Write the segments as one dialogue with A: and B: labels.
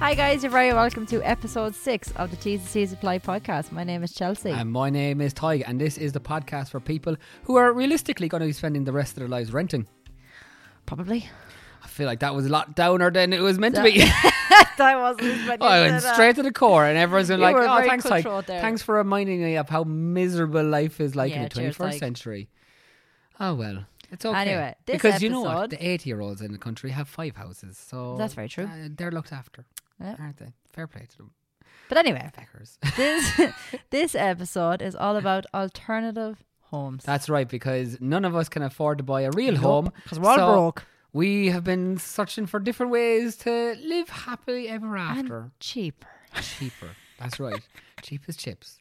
A: Hi guys, you're very welcome to episode six of the T's and C's Apply podcast. My name is Chelsea.
B: And my name is Tig, and this is the podcast for people who are realistically going to be spending the rest of their lives renting.
A: Probably.
B: I feel like that was a lot downer than it was meant to be.
A: that wasn't as bad.
B: Oh, I went straight to the core, and everyone's been
A: You
B: like,
A: were
B: "Oh,
A: very
B: thanks, Tig.
A: cutthroat there."
B: Thanks for reminding me of how miserable life is like in
A: Yeah,
B: the
A: cheers,
B: 21st
A: Tig.
B: century." Oh well, it's okay.
A: Anyway, this
B: because you know what,
A: episode-
B: the 80 year olds in the country have five houses, so
A: That's very true.
B: uh, they're looked after,
A: Yeah.
B: aren't they? Fair play to them,
A: But anyway,
B: peckers.
A: this this episode is all about alternative homes.
B: That's right, because none of us can afford to buy a real
A: Nope,
B: home
A: 'cause we're all
B: so
A: broke.
B: We have been searching for different ways to live happily ever
A: and
B: after.
A: cheaper.
B: Cheaper. That's right. Cheap as chips.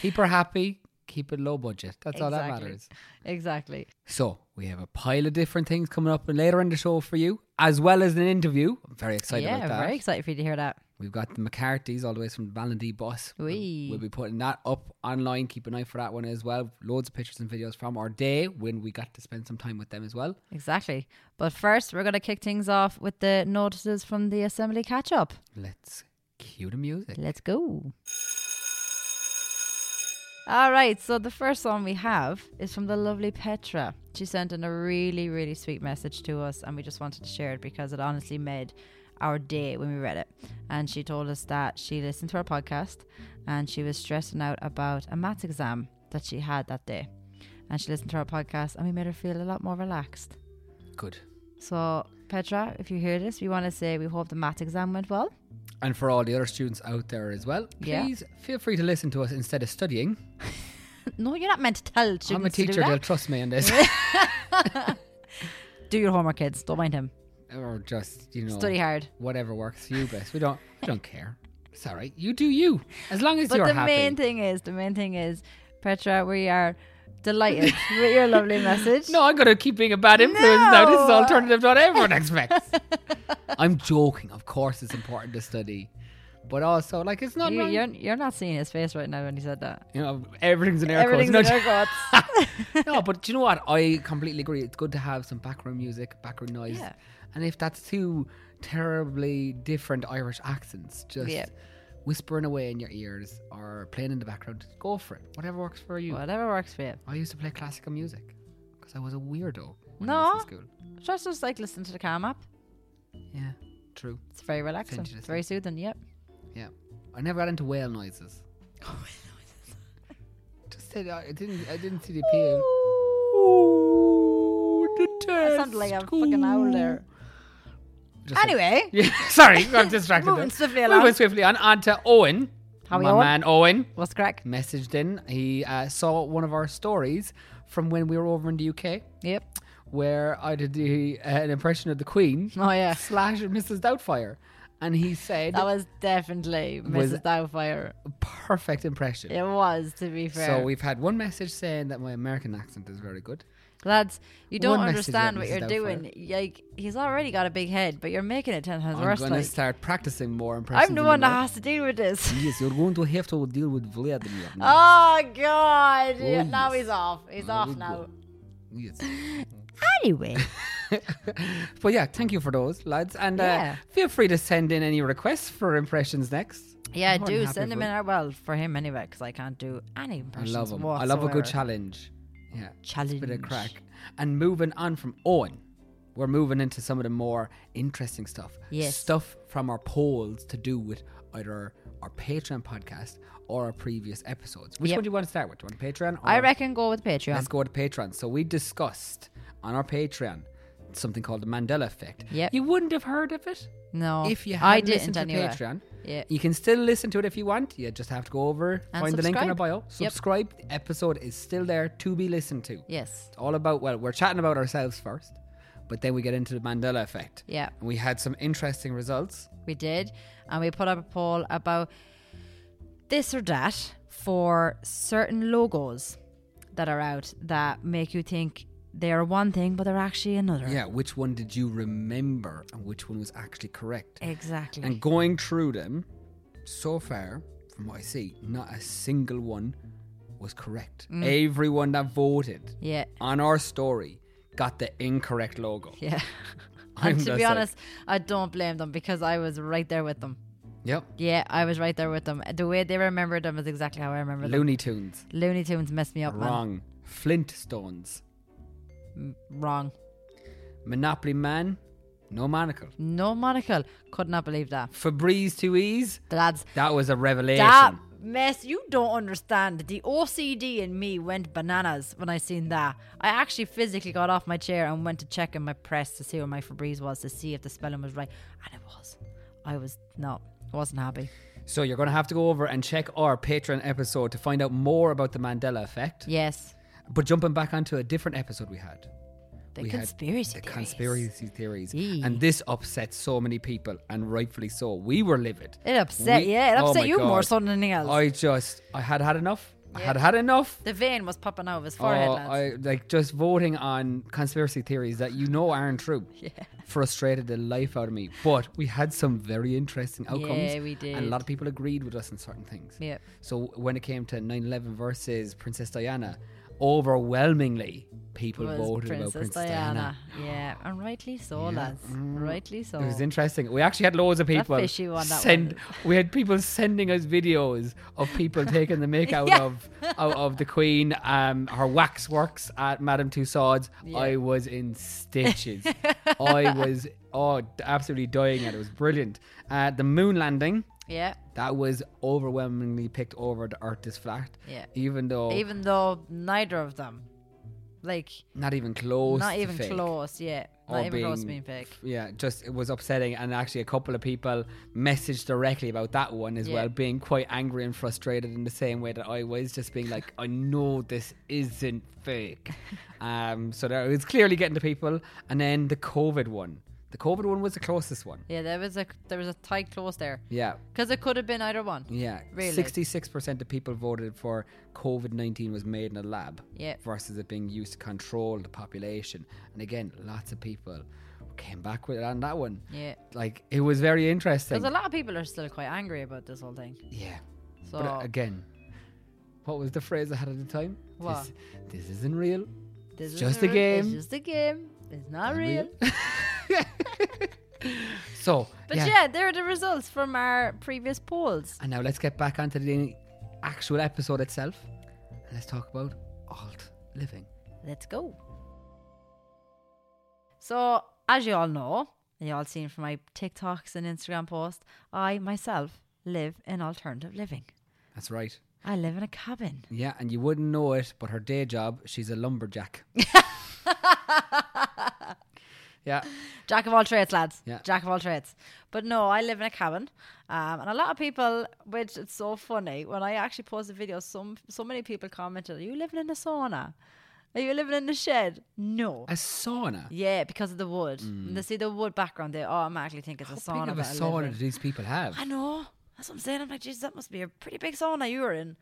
B: Keep her happy. Keep it low budget. That's all that
A: Exactly.
B: matters.
A: Exactly.
B: So we have a pile of different things coming up later in the show for you, as well as an interview. I'm very excited
A: yeah,
B: about that.
A: very excited for you to hear that.
B: We've got the McCarthy's all the way from Valentine Bus. We'll-
A: Wee.
B: We'll be putting that up online. Keep an eye for that one as well. Loads of pictures and videos from our day when we got to spend some time with them as well.
A: Exactly. But first, we're going to kick things off with the notices from the assembly catch up.
B: Let's cue the music.
A: Let's go. All right, so the first one we have is from the lovely Petra. She sent in a really, really sweet message to us, and we just wanted to share it because it honestly made our day when we read it. And she told us that she listened to our podcast and she was stressing out about a maths exam that she had that day. And she listened to our podcast, and we made her feel a lot more relaxed.
B: Good.
A: So, Petra, if you hear this, we want to say we hope the maths exam went well.
B: And for all the other students out there as well,
A: Yeah.
B: please feel free to listen to us instead of studying.
A: No, you're not meant to tell students.
B: I'm a
A: To do
B: teacher,
A: that.
B: they'll trust me on this.
A: Do your homework, kids. Don't mind him.
B: or just, you know,
A: Study hard.
B: whatever works for you best. We don't we don't care. It's all right. You do you. As long as
A: But
B: you're
A: the
B: happy.
A: main thing is, the main thing is, Petra, we are delighted with your lovely message.
B: no, I'm going to keep being a bad influence now. This is
A: No.
B: alternative to what everyone expects. I'm joking. Of course, it's important to study. But also, like, it's not.
A: you,
B: wrong-
A: you're, you're not seeing his face right now when he said that.
B: you know, everything's an air
A: Everything's
B: quotes.
A: in
B: No,
A: air quotes.
B: no, but do you know what? I completely agree. It's good to have some background music, background noise.
A: Yeah.
B: And if that's two terribly different Irish accents, just
A: Yeah.
B: whispering away in your ears or playing in the background, go for it. Whatever works for you.
A: Whatever works for you.
B: I used to play classical music because I was a weirdo when I was in
A: No.
B: school.
A: Just just like listen to the calm app.
B: Yeah, true.
A: It's very relaxing.
B: Send you
A: It's
B: this
A: very soothing. Yep.
B: Yeah. I never got into whale noises.
A: Oh,
B: Just said I didn't. I didn't see the appeal.
A: I sounded like a fucking owl there.
B: Just like-
A: Anyway.
B: Yeah, sorry, I'm distracted.
A: Moving
B: there.
A: swiftly along.
B: Moving swiftly on. On to Owen.
A: How we
B: My
A: Owen?
B: man Owen
A: What's crack?
B: messaged in. He uh, saw one of our stories from when we were over in the UK,
A: Yep.
B: where I did the, uh, an impression of the Queen.
A: Oh, yeah.
B: slash Mrs. Doubtfire. and he said
A: That was definitely
B: Was-
A: Mrs. Doubtfire.
B: perfect impression.
A: It was, to be fair.
B: So we've had one message saying that my American accent is very good.
A: Lads, you don't
B: One message about
A: understand what
B: Mrs.
A: you're
B: Doubtfire.
A: doing. Like he's already got a big head, but you're making it ten times
B: I'm
A: worse.
B: going to
A: Like.
B: start practicing more impressions.
A: I'm the
B: in
A: one that
B: America.
A: has to deal with this.
B: Yes, you're going to have to deal with Vladimir. now.
A: Oh God!
B: Oh,
A: Yeah, now
B: yes.
A: he's off. He's
B: Now
A: off
B: we
A: now.
B: go. Yes.
A: Anyway,
B: But yeah, thank you for those, lads. And
A: Yeah.
B: uh, feel free to send in any requests for impressions next.
A: yeah,
B: More than
A: do
B: happy
A: send him
B: for-
A: in. Our, well, for him anyway, because I can't do any
B: I
A: impressions.
B: love them. I
A: Whatsoever.
B: love a good challenge. Yeah.
A: Challenge.
B: Bit of crack. And moving on from Owen, we're moving into some of the more interesting stuff.
A: Yes.
B: Stuff from our polls to do with either our Patreon podcast or our previous episodes. Which
A: Yep.
B: one do you want to start with? Do you want Patreon? Or
A: I reckon go with Patreon.
B: Let's go to Patreon. So we discussed on our Patreon something called the Mandela Effect.
A: Yep.
B: You wouldn't have heard of it
A: No,
B: if you had
A: I
B: listened
A: didn't
B: to
A: anyway.
B: Patreon.
A: Yeah.
B: You can still listen to it if you want. You just have to go over,
A: And
B: find the link in our
A: subscribe.
B: bio,
A: Yep.
B: subscribe. The episode is still there to be listened to.
A: Yes.
B: It's all about, well, we're chatting about ourselves first, but then we get into the Mandela effect.
A: Yeah.
B: And we had some interesting results.
A: We did. And we put up a poll about this or that for certain logos that are out that make you think they are one thing, but they're actually another.
B: Yeah. Which one did you remember and which one was actually correct?
A: Exactly.
B: And going through them, so far, from what I see, not a single one was correct.
A: Mm.
B: Everyone that voted
A: yeah.
B: on our story got the incorrect logo.
A: Yeah.
B: I'm
A: and to
B: just
A: be
B: like-
A: honest, I don't blame them because I was right there with them.
B: Yep.
A: Yeah, I was right there with them. The way they remembered them is exactly how I remember them.
B: Looney Tunes.
A: Looney Tunes messed me up,
B: Wrong. Flintstones.
A: man. Wrong.
B: Monopoly Man. No monocle.
A: No monocle. Could not believe that.
B: Febreze to ease.
A: The lads,
B: That was a revelation.
A: That mess, you don't understand. The OCD in me went bananas when I seen that. I actually physically got off my chair and went to check in my press to see where my Febreze was to see if the spelling was right, and it was. I was no, wasn't happy.
B: So you're going to have to go over and check our Patreon episode to find out more about the Mandela effect.
A: Yes,
B: But jumping back onto a different episode we had.
A: the
B: we had
A: conspiracy.
B: the
A: theories.
B: conspiracy theories.
A: Yee.
B: And this upset so many people, and rightfully so. We were livid.
A: It upset- yeah, it
B: oh
A: upset
B: my
A: you more so than anything else.
B: I just, I had had enough. I had had enough.
A: The vein was popping out of his forehead.
B: Oh,
A: lads.
B: I like just voting on conspiracy theories that you know aren't true. yeah. Frustrated the life out of me, but we had some very interesting outcomes.
A: Yeah, we
B: And a
A: did.
B: lot of people agreed with us on certain things.
A: Yep.
B: So when it came to 9/11 versus Princess Diana, overwhelmingly people
A: was
B: voted
A: Princess,
B: about Princess
A: Diana. Yeah, and rightly so, lads. Rightly so.
B: mm. It was interesting. We actually had loads of people
A: fishy one, Oh. that
B: send.
A: one.
B: We had people sending us videos of people taking the make out
A: Yeah.
B: of out of the Queen, um, her wax works at Madame Tussauds. I was in stitches. I was oh d- absolutely dying at it. It was brilliant. Uh, the moon landing
A: yeah,
B: that was overwhelmingly picked over the Earth is flat.
A: Yeah.
B: Even though
A: even though neither of them, like,
B: not even close.
A: not
B: to
A: even
B: fake.
A: close. Yeah,
B: or
A: not even close to
B: being
A: being fake.
B: Yeah, just it was upsetting, and actually a couple of people messaged directly about that one as
A: Yeah.
B: well, being quite angry and frustrated in the same way that I was, just being like, "I know this isn't fake." um, so there, it's clearly getting to people, and then the COVID one. The COVID one was the closest one.
A: Yeah, there was a there was a tight close there
B: Yeah,
A: because it could have been either one.
B: yeah.
A: Really?
B: Sixty-six percent of people voted for COVID nineteen was made in a lab.
A: Yeah.
B: Versus it being used to control the population, and again, lots of people came back with it on that one.
A: Yeah,
B: like it was very interesting.
A: because a lot of people are still quite angry about this whole thing.
B: yeah,
A: So
B: but uh, again, what was the phrase I had at the time?
A: What?
B: This, this isn't real.
A: this
B: it's
A: is
B: just a game.
A: It's just a game. It's not real.
B: So,
A: But yeah. there are the results from our previous polls.
B: And now let's get back onto the actual episode itself, and let's talk about alt living.
A: Let's go. So, as you all know, and you all seen from my TikToks and Instagram posts, I myself live in alternative living.
B: That's right.
A: I live in a cabin.
B: Yeah, and you wouldn't know it, but her day job, she's a lumberjack. yeah,
A: Jack of all trades, lads.
B: Yeah.
A: Jack of all trades. But no, I live in a cabin, um, and a lot of people, which it's so funny when I actually posted videos. Some so many people commented, "Are you living in a sauna?" Are you living in a shed? No.
B: A sauna.
A: Yeah, because of the wood. When they see the wood background, they automatically think it's a
B: Mm. How
A: sauna.
B: big of a
A: that I live
B: sauna
A: in.
B: do these people have?
A: I know. That's what I'm saying. I'm like, Jesus, that must be a pretty big sauna you were in.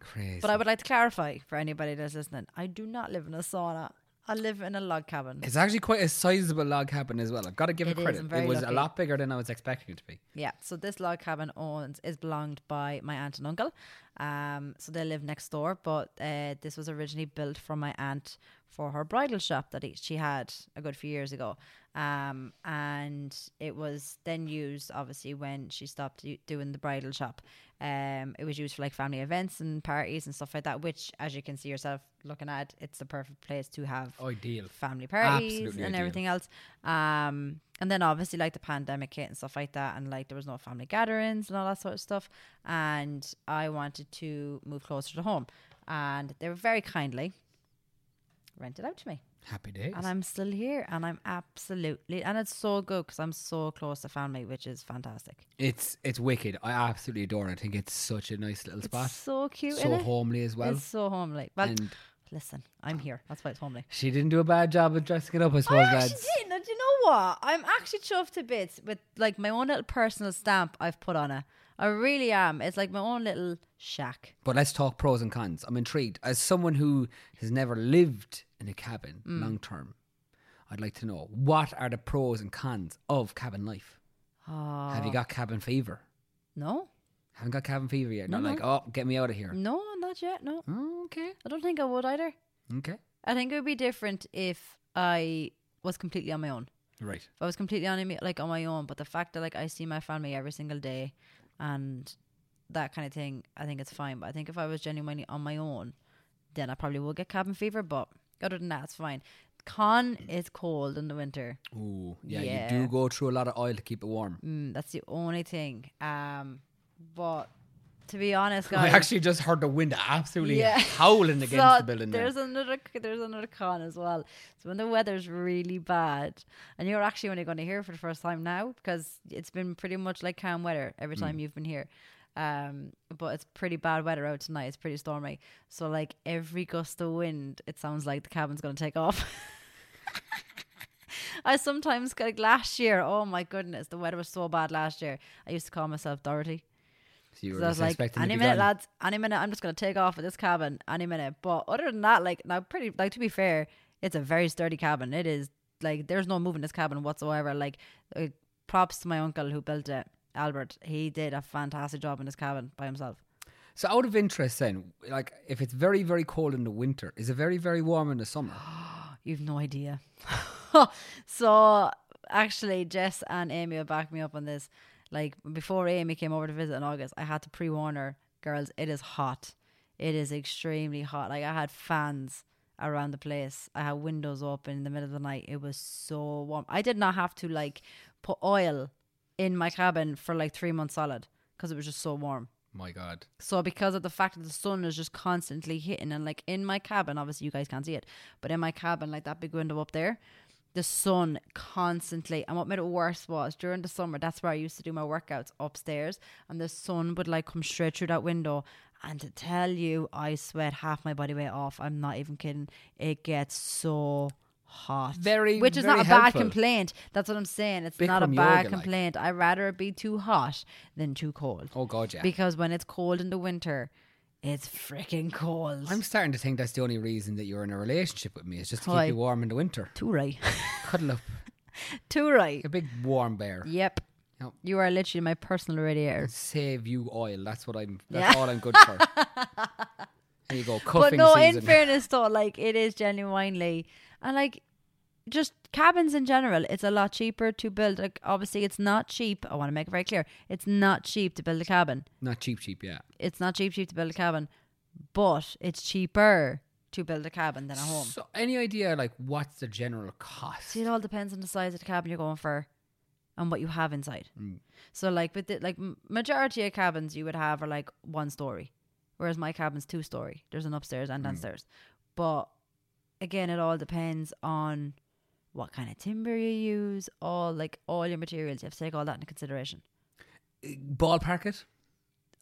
B: Crazy.
A: But I would like to clarify for anybody that's listening I do not live in a sauna. I live in a log cabin.
B: It's actually quite a sizable log cabin as well. I've got to give
A: It
B: it,
A: is,
B: credit.
A: I'm very
B: It was a
A: lucky.
B: lot bigger than I was expecting it to be.
A: Yeah, so this log cabin owns is belonged by my aunt and uncle. Um, so they live next door, but uh, this was originally built from my aunt for her bridal shop that he- she had a good few years ago. Um, and it was then used obviously when she stopped u- doing the bridal shop. Um, it was used for like family events and parties and stuff like that. Which, as you can see yourself looking at, it's the perfect place to have
B: Ideal.
A: family parties
B: Absolutely
A: and
B: ideal.
A: everything else. Um, and then obviously like the pandemic hit and stuff like that, and like there was no family gatherings and all that sort of stuff. And I wanted to move closer to home, and they were very kindly rented out to me,
B: Happy days.
A: and I'm still here, and I'm absolutely and it's so good because I'm so close to family, which is fantastic.
B: It's it's wicked. I absolutely adore it. I think it's such a nice little spot.
A: It's so cute,
B: So
A: innit?
B: homely as well.
A: It's so homely. Well,
B: And-
A: listen, I'm here. That's why it's homely.
B: She didn't do a bad job of dressing it up, I
A: I
B: suppose,
A: actually
B: lads.
A: Oh, did. And do you know what? I'm actually chuffed to bits with like my own little personal stamp I've put on it. I really am. It's like my own little shack.
B: But let's talk pros and cons. I'm intrigued. As someone who has never lived in a cabin
A: Mm.
B: long term, I'd like to know what are the pros and cons of cabin life?
A: Oh,
B: Have you got cabin fever?
A: no,
B: Haven't got cabin fever yet.
A: No, Mm.
B: Not like, oh, get me out of here.
A: no, not yet. No,
B: Okay.
A: I don't think I would either.
B: Okay.
A: I think it would be different if I was completely on my own.
B: Right.
A: If I was completely on me- like on my own, but the fact that like I see my family every single day, and that kind of thing, I think it's fine. But I think if I was genuinely on my own, then I probably will get cabin fever. But other than that, it's fine. Con is cold in the winter.
B: Ooh, yeah,
A: Yeah.
B: you do go through a lot of oil to keep it warm.
A: Mm, that's the only thing. Um, but to be honest, guys,
B: I actually just heard the wind absolutely
A: Yeah.
B: howling against
A: so
B: the building there.
A: There's another there's another con as well. So when the weather's really bad, and you're actually only going to hear it for the first time now because it's been pretty much like calm weather every
B: Mm.
A: time you've been here. Um, but it's pretty bad weather out tonight. It's pretty stormy. So like every gust of wind, it sounds like the cabin's going to take off. I sometimes like last year. Oh my goodness, the weather was so bad last year. I used to call myself Dorothy.
B: So you were
A: So I was
B: just
A: like,
B: expecting to
A: any
B: be
A: minute,
B: gone.
A: lads, any minute, I'm just gonna take off with this cabin, any minute. But other than that, like now, pretty like to be fair, it's a very sturdy cabin. It is like there's no moving this cabin whatsoever. Like, uh, props to my uncle who built it, Albert. He did a fantastic job in this cabin by himself.
B: So out of interest then, like if it's very, very cold in the winter, is it very, very warm in the summer?
A: You've no idea. so actually, Jess and Amy will back me up on this. Like before Amy came over to visit in August, I had to pre warn her, girls, it is hot. It is extremely hot. Like I had fans around the place. I had windows open in the middle of the night. It was so warm. I did not have to like put oil in my cabin for like three months solid because it was just so warm.
B: My God.
A: So because of the fact that the sun is just constantly hitting and like in my cabin, obviously you guys can't see it, but in my cabin, like that big window up there, the sun constantly and what made it worse was during the summer, that's where I used to do my workouts upstairs and the sun would like come straight through that window. And to tell you, I sweat half my body weight off. I'm not even kidding. It gets so hot.
B: Very,
A: Which is
B: very
A: not a bad
B: helpful.
A: complaint. That's what I'm saying. It's
B: Bit
A: not a
B: from
A: bad
B: yoga, like.
A: complaint. I'd rather it be too hot than too cold.
B: Oh God, yeah.
A: Because when it's cold in the winter, it's freaking cold.
B: I'm starting to think that's the only reason that you're in a relationship with me is just to
A: Why?
B: keep you warm in the winter.
A: too right.
B: Cuddle up.
A: too right.
B: A big warm bear.
A: Yep.
B: Yep.
A: You are literally my personal radiator.
B: Save you oil. That's what I'm that's
A: Yeah.
B: all I'm good for. there you go,
A: But
B: cuffing
A: no,
B: season.
A: in fairness though, like it is genuinely and like just cabins in general, it's a lot cheaper to build. Like obviously it's not cheap. I want to make it very clear. It's not cheap to build a cabin.
B: Not cheap, cheap, yeah.
A: It's not cheap cheap to build a cabin. But it's cheaper to build a cabin than a home.
B: So any idea like what's the general cost?
A: See, it all depends on the size of the cabin you're going for, and what you have inside.
B: Mm.
A: So, like, with the, like m- majority of cabins you would have are like one story, whereas my cabin's two story. There's an upstairs
B: Mm.
A: and downstairs, but again, it all depends on what kind of timber you use, all like all your materials. You have to take all that into consideration.
B: Ballpark it?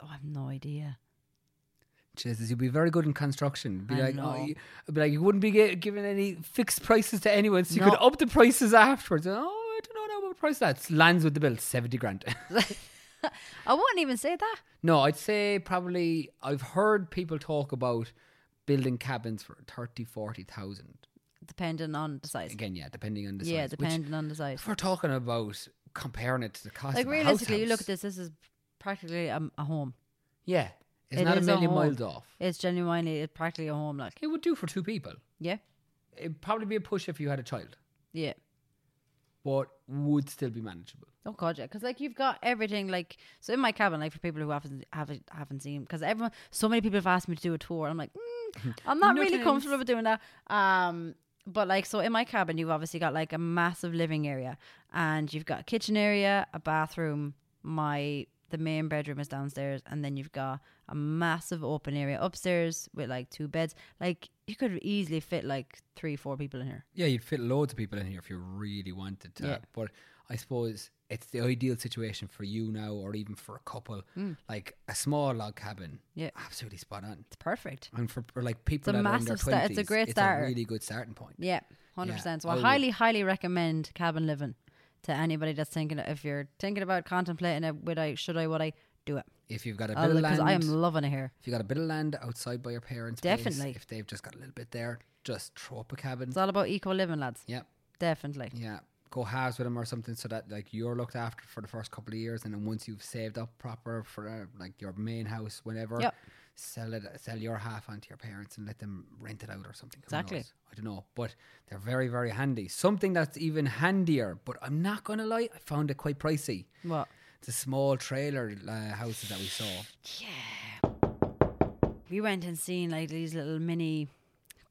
A: Oh, I have no idea.
B: Jesus, you'd be very good in construction. Be
A: I
B: like, oh,
A: know.
B: you, be like, you wouldn't be gi- giving any fixed prices to anyone, so you could
A: No.
B: up the prices afterwards. Oh, I don't know what price that's. Lands with the bill, seventy grand.
A: I wouldn't even say that.
B: no, I'd say probably. I've heard people talk about building cabins for 30, 40,000.
A: Depending on the size.
B: Again, yeah, depending on the
A: yeah,
B: size. which,
A: depending on the size.
B: if we're talking about comparing it to the cost,
A: Like
B: of a house
A: realistically, you look
B: house,
A: at this. This is practically a, a home.
B: Yeah, it's
A: It
B: not a
A: is
B: million
A: home.
B: miles off.
A: It's genuinely it's practically a home. Like
B: It would do for two people.
A: yeah,
B: It'd probably be a push if you had a child,
A: yeah.
B: but would still be manageable.
A: Oh god, yeah, because like you've got everything. Like so in my cabin, like for people who haven't haven't haven't seen, because everyone, so many people have asked me to do a tour. I'm like, mm, I'm not
B: No
A: really
B: thanks.
A: comfortable with doing that. Um, but like so in my cabin, you've obviously got like a massive living area, and you've got a kitchen area, a bathroom. My the main bedroom is downstairs, and then you've got a massive open area upstairs with like two beds. Like you could easily fit like three, four people in here.
B: Yeah, you'd fit loads of people in here if you really wanted to.
A: Yeah.
B: But I suppose it's the ideal situation for you now, or even for a couple, like a small log cabin.
A: Yeah.
B: absolutely spot on.
A: It's perfect.
B: And for, for like people
A: It's a
B: that are in their
A: massive sta- it's
B: twenties,
A: a great starter.
B: really good starting point.
A: Yeah, hundred percent. So
B: I
A: I
B: would.
A: highly, highly recommend cabin living to anybody that's thinking if you're thinking about contemplating it. Would I? Should I? Would I? Do it
B: If you've got a bit of
A: because
B: land,
A: I am loving it here.
B: if you got a bit of land outside by your parents, place,
A: Definitely.
B: if they've just got a little bit there, just throw up a cabin.
A: It's all about eco living, lads.
B: Yeah,
A: Definitely.
B: yeah. Go halves with them or something, so that like you're looked after for the first couple of years, and then once you've saved up proper for uh, like your main house, whenever,
A: Yep.
B: sell it, sell your half onto your parents, and let them rent it out or something. Who
A: Exactly.
B: knows? I don't know, but they're very, very handy. Something that's even handier, but I'm not gonna lie, I found it quite pricey.
A: What?
B: The small trailer uh, houses that we saw.
A: We went and seen like these little mini,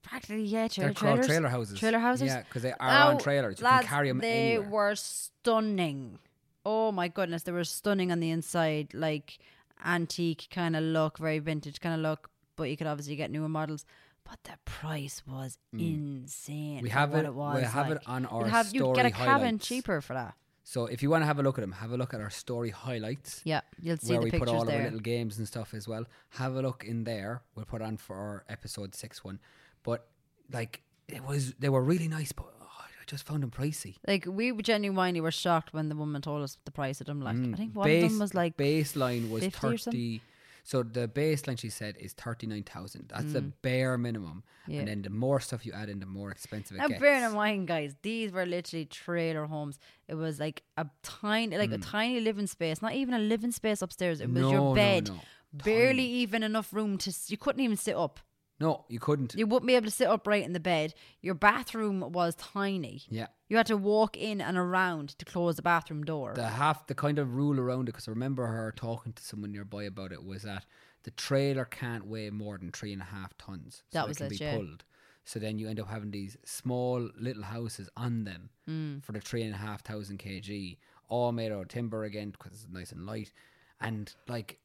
A: practically yeah, trailer
B: They're called
A: trailers.
B: trailer houses.
A: Trailer houses.
B: Yeah, 'cause they are on
A: Oh,
B: trailers. You can
A: lads,
B: carry 'em
A: They
B: anywhere.
A: were stunning. Oh my goodness, they were stunning on the inside, like antique kind of look, very vintage kind of look. But you could obviously get newer models. But the price was insane.
B: Mm. We
A: for
B: have
A: what
B: it-
A: it. was,
B: we have it
A: like.
B: on
A: You'd
B: our
A: have, You get
B: story
A: a cabin
B: highlights.
A: cheaper for that.
B: So if you want to have a look at them, have a look at our story highlights.
A: Yeah, you'll see
B: where
A: the
B: we
A: pictures
B: put all
A: there.
B: our little games and stuff as well. Have a look in there. We'll put on for our episode six one. But like it was, they were really nice, but oh, I just found them pricey.
A: Like we genuinely were shocked when the woman told us the price of them. Like
B: Mm.
A: I think one of them was like
B: baseline was
A: 50 or something.
B: thirty. So the baseline she said is thirty nine thousand. That's the bare minimum.
A: Mm. Yeah.
B: And then the more stuff you add in, the more expensive it
A: Now,
B: gets.
A: bear in mind, guys, these were literally trailer homes. It was like a tiny, like a tiny living space. Not even a living space upstairs. It was
B: No, Hmm. no,
A: your bed.
B: no.
A: Barely even enough room to. s- You couldn't even sit up.
B: no, you couldn't.
A: You wouldn't be able to sit upright in the bed. Your bathroom was tiny.
B: yeah.
A: You had to walk in and around to close the bathroom door.
B: the half the kind of rule around it because I remember her talking to someone nearby about it was that the trailer can't weigh more than three and a half tons.
A: That
B: they
A: was
B: can
A: it,
B: be
A: yeah.
B: pulled. So then you end up having these small little houses on them
A: Mm.
B: for the three and a half thousand kg, all made out of timber again because it's nice and light. And like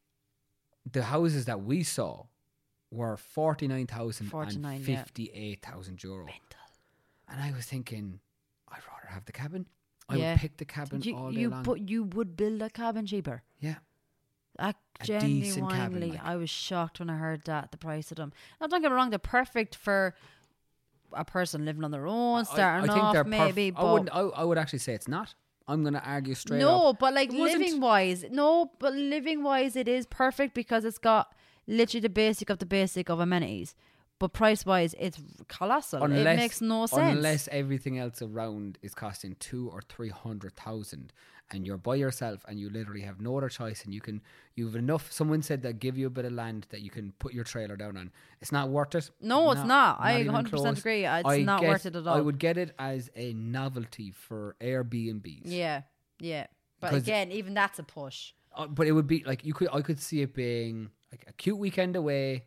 B: the houses that we saw were 49,000
A: 49,
B: and
A: yeah.
B: 58,000 euro. And I was thinking, I'd rather have the cabin. I
A: Yeah.
B: would pick the cabin
A: you,
B: all day
A: you,
B: long.
A: But you would build a cabin cheaper.
B: yeah.
A: I
B: A decent cabin,
A: genuinely,
B: like.
A: I was shocked when I heard that the price of them. Now, don't get me wrong; they're perfect for a person living on their own, starting off,
B: perf-
A: maybe.
B: I,
A: but
B: wouldn't, I, I would actually say it's not. I'm going to argue straight
A: no,
B: up.
A: but like
B: It wasn't.
A: living wise, no, but living wise, it is perfect because it's got literally the basic of the basic of amenities. But price wise, it's colossal. it makes no sense.
B: Unless everything else around is costing two or three hundred thousand, and you're by yourself, and you literally have no other choice, and you can you've enough. Someone said that give you a bit of land that you can put your trailer down on. It's not worth it.
A: No, it's not. I
B: even
A: 100%
B: close.
A: agree. It's not
B: get-
A: worth it at
B: I
A: all.
B: would get it as a novelty for Airbnbs.
A: yeah, yeah. But
B: 'Cause-
A: again, even that's a push.
B: Uh, but it would be like you could I could see it being like a cute weekend away,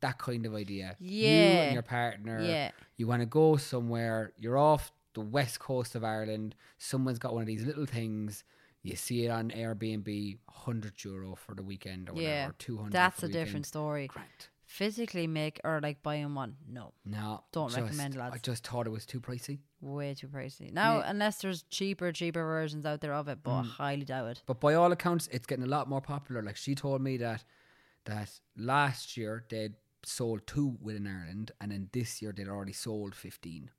B: that kind of idea. you
A: Yeah.
B: and your partner.
A: Yeah.
B: you want to go somewhere. You're off the west coast of Ireland. Someone's got one of these little things. You see it on Airbnb, hundred euro for the weekend or whatever,
A: Yeah,
B: two hundred.
A: that's a different story.
B: Correct.
A: Physically make or like buying one, no.
B: No,
A: Don't
B: just-
A: recommend,
B: I
A: lads.
B: just thought it was too pricey.
A: Way too pricey. Now, unless there's cheaper, cheaper versions
B: Mm.
A: out there of it, but I highly doubt it.
B: But by all accounts, it's getting a lot more popular. Like she told me that that last year they'd sold two within Ireland, and then this year they'd already sold 15.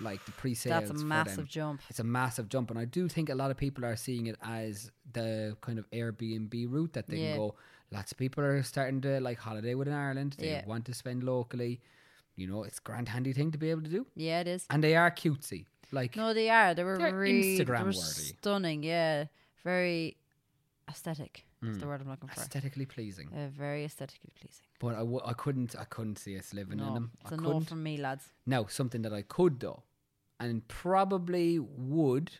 B: Like the pre sales.
A: That's a massive jump.
B: It's a massive jump. And I do think a lot of people are seeing it as the kind of Airbnb route that they
A: Yeah.
B: can go. Lots of people are starting to like holiday within Ireland. They
A: Yeah.
B: want to spend locally. You know, it's a grand handy thing to be able to do.
A: Yeah, it is.
B: And they are cutesy. Like,
A: No, they are. They were
B: They're
A: really they
B: Instagram
A: were
B: worthy.
A: stunning. Yeah, very aesthetic.
B: Mm.
A: That's the word I'm looking for.
B: aesthetically pleasing.
A: Uh, very aesthetically pleasing.
B: But I, w- I couldn't I couldn't see us living in
A: No,
B: them.
A: it's
B: I
A: a no
B: couldn't.
A: from me, lads.
B: Now something that I could though, and probably would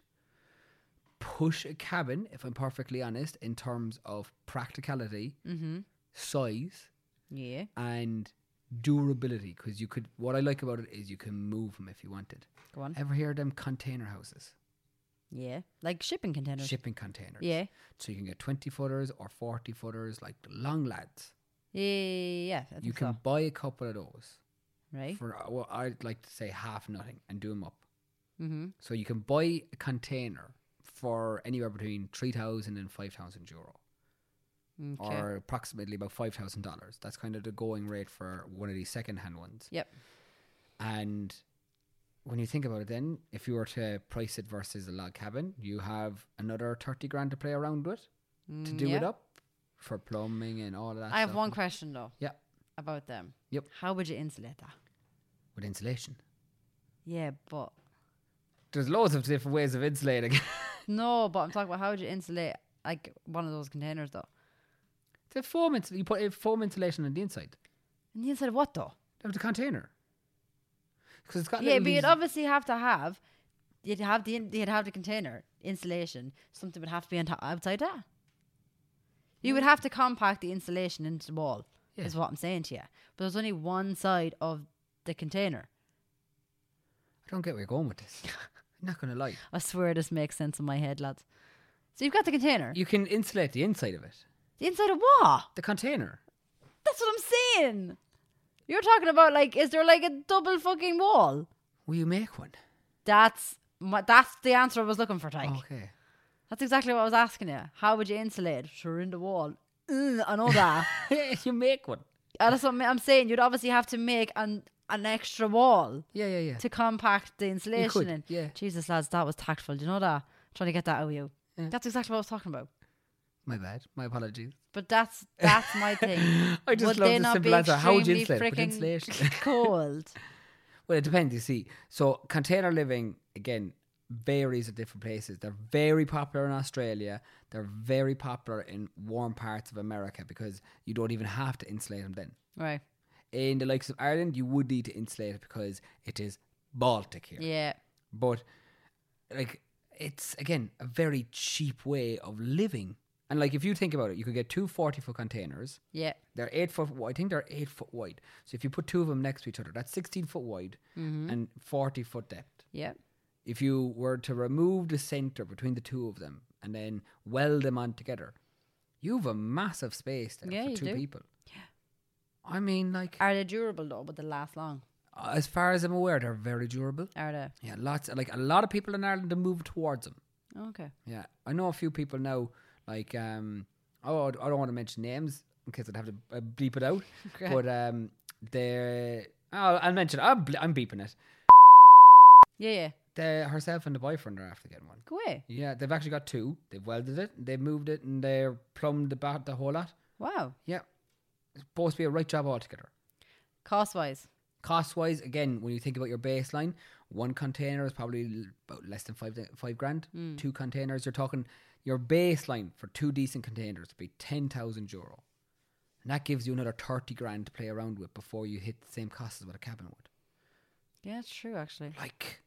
B: push a cabin if I'm perfectly honest in terms of practicality,
A: Mm-hmm.
B: size,
A: Yeah.
B: and durability. Because you could what I like about it is you can move them if you wanted.
A: Go on.
B: Ever hear of them container houses,
A: Yeah, like shipping containers.
B: shipping containers?
A: Yeah.
B: So you can get twenty footers or forty footers, like the long lads.
A: Yeah, yeah, yeah. I think
B: You can
A: so.
B: buy a couple of those.
A: right.
B: for uh, well, I'd like to say half nothing and do them up.
A: Mm-hmm.
B: So you can buy a container for anywhere between three thousand and five thousand euro,
A: Okay.
B: or approximately about five thousand dollars. That's kind of the going rate for one of these second-hand ones.
A: Yep.
B: And when you think about it, then if you were to price it versus a log cabin, you have another thirty grand to play around with to
A: Mm,
B: do it
A: yeah.
B: up for plumbing and all of that.
A: I have
B: stuff.
A: one question though
B: Yeah,
A: about them.
B: Yep.
A: How would you insulate that?
B: with insulation.
A: Yeah, but
B: There's loads of different ways of insulating.
A: no, but I'm talking about how would you insulate like one of those containers though?
B: The foam ins- you put a foam insulation on the inside
A: And the inside of what though?
B: of the container because it's got
A: Yeah,
B: little
A: but you'd
B: leaves-
A: obviously have to have you'd have the in- you'd have the container insulation. Something would have to be on top, outside that. You would have to compact the insulation into the wall.
B: Yeah.
A: Is what I'm saying to you. But there's only one side of the container.
B: I don't get where you're going with this. I'm not gonna lie.
A: I swear this makes sense in my head, lads. So you've got the container.
B: You can insulate the inside of it,
A: the inside of what?
B: the container.
A: That's what I'm saying. You're talking about like, is there like a double fucking wall?
B: Will you make one?
A: That's my, that's the answer I was looking for, Tyke.
B: Oh, okay.
A: That's exactly what I was asking you. How would you insulate? Sure, in the wall. Mm, I know that.
B: you make one.
A: Uh, that's what I'm- I'm saying. You'd obviously have to make an an extra wall
B: Yeah, yeah, yeah.
A: to compact the insulation
B: could,
A: in.
B: yeah.
A: Jesus, lads, that was tactful. Do you know that? trying to get that out of you.
B: Yeah.
A: That's exactly what I was talking about.
B: My bad. My apologies.
A: But that's that's my thing.
B: I just
A: Would
B: love
A: they
B: the
A: not
B: simple
A: be
B: answer. How would you
A: extremely
B: insulate it? With
A: frickin'
B: insulation.
A: cold.
B: Well, it depends. You see, so container living again varies at different places. They're very popular in Australia. They're very popular in warm parts of America because you don't even have to insulate them then.
A: Right.
B: in the likes of Ireland, you would need to insulate it because it is Baltic here.
A: Yeah.
B: But like it's again a very cheap way of living. And like if you think about it, you could get two 40 foot containers.
A: Yeah.
B: They're eight foot wide. I think they're eight foot wide. So if you put two of them next to each other, that's 16 foot wide
A: Mm-hmm.
B: and 40 foot depth.
A: Yeah.
B: If you were to remove the center between the two of them and then weld them on together, you have a massive space there
A: Yeah,
B: for
A: you
B: two
A: do.
B: people. I mean, like
A: Are they durable though? Would they last long?
B: as far as I'm aware, they're very durable.
A: Are they?
B: Yeah, lots like a lot of people in Ireland are moving towards them.
A: Okay.
B: Yeah, I know a few people now. Like, um, oh, I don't want to mention names in case I'd have to uh, bleep it out.
A: Okay.
B: But um, they're I'll, I'll mention. It. I'm ble- I'm beeping it.
A: Yeah. Yeah.
B: They herself and the boyfriend are after getting one.
A: Go away.
B: Yeah, they've actually got two. They've welded it. They've moved it, and they're plumbed the bat the whole lot.
A: Wow.
B: Yeah, it's supposed to be a right job altogether.
A: Cost wise.
B: Cost wise, again, when you think about your baseline, one container is probably l- about less than five five grand. Two containers, you're talking your baseline for two decent containers would be ten thousand euro, and that gives you another thirty grand to play around with before you hit the same cost as what a cabin would.
A: Yeah, it's true actually.
B: Like,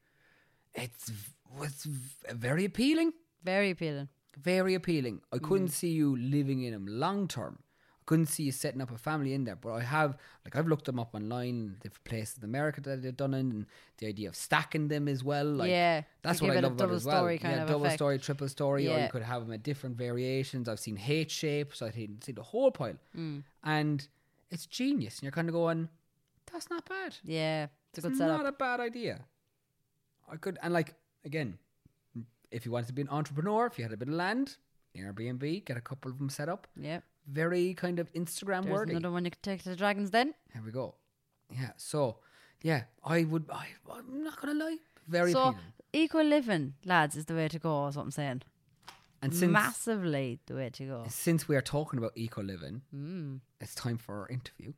B: it's v- it's v- very appealing,
A: Very appealing.
B: very appealing. I
A: Mm.
B: couldn't see you living in them long term. I couldn't see you setting up a family in there. But I have, like, I've looked them up online, different places in America that they've done it, and the idea of stacking them as well. Like,
A: Yeah,
B: that's
A: to
B: what
A: give
B: I
A: it a
B: love about it
A: double
B: as well.
A: story kind
B: yeah,
A: of
B: double
A: effect.
B: story, triple story, or
A: Yeah.
B: you could have them at different variations. I've seen H shapes. I've seen, seen the whole pile,
A: Mm.
B: and it's genius. And you're kind of going, that's not bad.
A: Yeah. It's a good
B: It's
A: setup.
B: not a bad idea. I could and like again, if you wanted to be an entrepreneur, if you had a bit of land, Airbnb, get a couple of them set up.
A: yep.
B: very kind of Instagram
A: There's
B: worthy.
A: another one you could take to the dragons then.
B: Here we go. Yeah. So, yeah, I would. I, I'm not gonna lie. Very
A: so
B: appealing.
A: eco living, lads, is the way to go, is what I'm saying.
B: And since
A: Massively the way to go.
B: since we are talking about eco living,
A: Mm.
B: it's time for our interview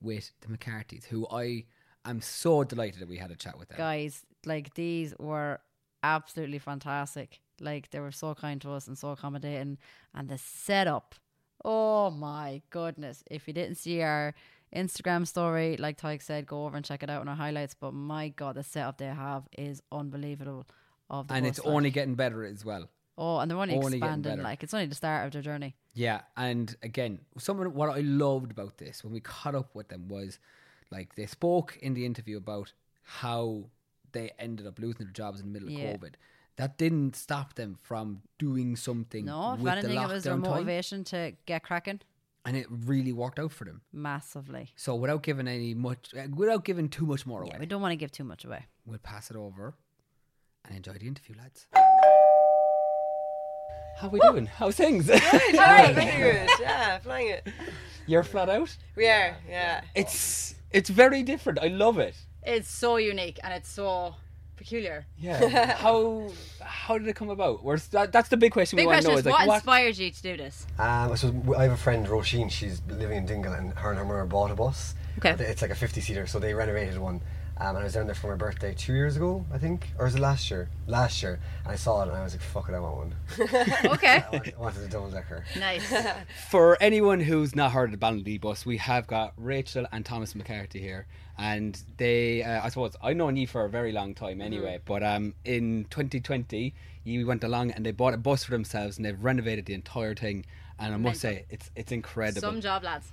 B: with the McCartys, who I am so delighted that we had a chat with them.
A: Guys, like these were absolutely fantastic. Like they were so kind to us and so accommodating. And the setup. Oh my goodness. If you didn't see our Instagram story, like Tyke said, go over and check it out in our highlights. But my god, the setup they have is unbelievable. Of the
B: and
A: bus
B: it's
A: life.
B: only getting better as well.
A: Oh, and they're only,
B: Only getting
A: expanding.
B: better.
A: Like it's only the start of their journey.
B: Yeah, and again, someone what I loved about this when we caught up with them was like they spoke in the interview about how they ended up losing their jobs in the middle of
A: Yeah.
B: COVID. That didn't stop them from doing something.
A: No, if
B: with the
A: anything, it was their
B: lockdown time,
A: motivation to get cracking
B: and it really worked out for them.
A: massively.
B: So without giving any much, uh, without giving too much more away,
A: Yeah, we don't want to give too much away.
B: we'll pass it over and enjoy the interview, lads. How we doing? How's things?
C: Alright, pretty good. Yeah, flying it.
B: You're flat out.
C: We are, yeah.
B: It's it's very different. I love it.
A: It's so unique and it's so peculiar.
B: Yeah. how how did it come about? Where's that, that's the big question
A: Big
B: we want to
A: question
B: know.
A: is
B: Is
A: what
B: like, what,
A: inspired you to do this?
D: Um, I, suppose I have a friend, Roisin, she's living in Dingle, and her and her mother bought a bus.
A: Okay.
D: It's like a 50 seater, so they renovated one. Um, and I was down there for my birthday two years ago, I think. Or was it last year? Last year. And I saw it and I was like, fuck it, I want one.
A: Okay.
D: I wanted, I wanted a double decker.
A: nice.
B: for anyone who's not heard of the Ballandy bus, we have got Rachel and Thomas McCarthy here, and they, uh, I suppose, I known you for a very long
A: Mm-hmm.
B: time anyway. But um, in 2020, you went along and they bought a bus for themselves, and they've renovated the entire thing. And I must say, it's it's incredible.
A: Some job, lads.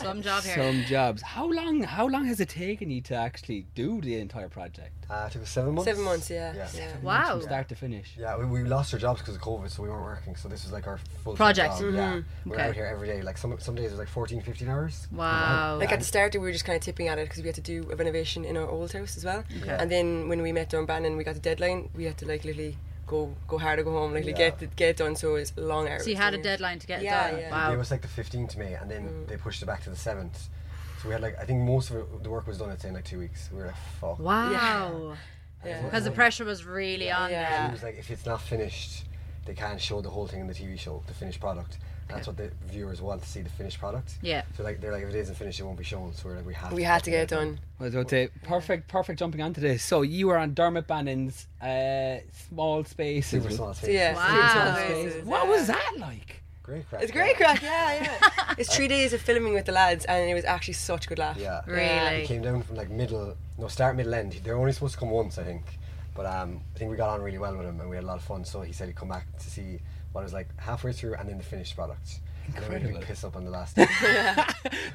A: Some job here.
B: Some jobs. How long? How long has it taken you to actually do the entire project
D: Uh, it took us seven months.
C: Seven months, yeah.
D: Yeah,
C: yeah.
A: wow.
B: from start to finish?
D: Yeah, we, we lost our jobs because of COVID, so we weren't working. So this was like our full
A: Project. mm-hmm.
D: Job. Yeah. We were
A: Okay.
D: out here every day. Like some, some days it was like 14, 15 hours.
A: Wow.
C: Like at the start, we were just kind of tipping at it because we had to do a renovation in our old house as well. And then when we met Don Bannon, we got the deadline. We had to like literally go go hard or go home, like
D: Yeah.
C: get it, get it done. So it's long hours.
A: So you had a
C: yeah.
A: deadline to get it
C: Yeah,
A: done.
C: yeah.
D: It
A: Wow. Mm.
D: was like the 15th May, and then they pushed it back to the 7th. So we had like, I think most of it, the work was done, I'd say, in like two weeks. We were like, fuck.
A: Wow.
C: Yeah.
A: Because the pressure was really on there.
D: It was like if it's not finished, they can't show the whole thing in the TV show, the finished product. And that's what the viewers want to see the finished product.
A: Yeah.
D: So like they're like if it isn't finished, it won't be shown. So we're like we have.
C: We
D: to
C: had to
D: fucking
C: get it done.
B: I was about to say, perfect, perfect jumping onto this. So you were on Dermot Bannon's uh, Small Spaces.
D: Super
B: was-
D: small
C: So yeah.
A: Wow.
C: so it's-
B: Spaces. What was that like?
D: Great crack.
C: It's great crack, yeah, yeah. it's three days of filming with the lads, and it was actually such a good laugh.
D: Yeah.
A: Really?
D: It came down from like middle, no start, middle, end. They're only supposed to come once, I think. But um, I think we got on really well with him, and we had a lot of fun. So he said he'd come back to see what it was like halfway through, and then the finished product. And then we had a
B: Incredible.
D: big piss up on the last. day.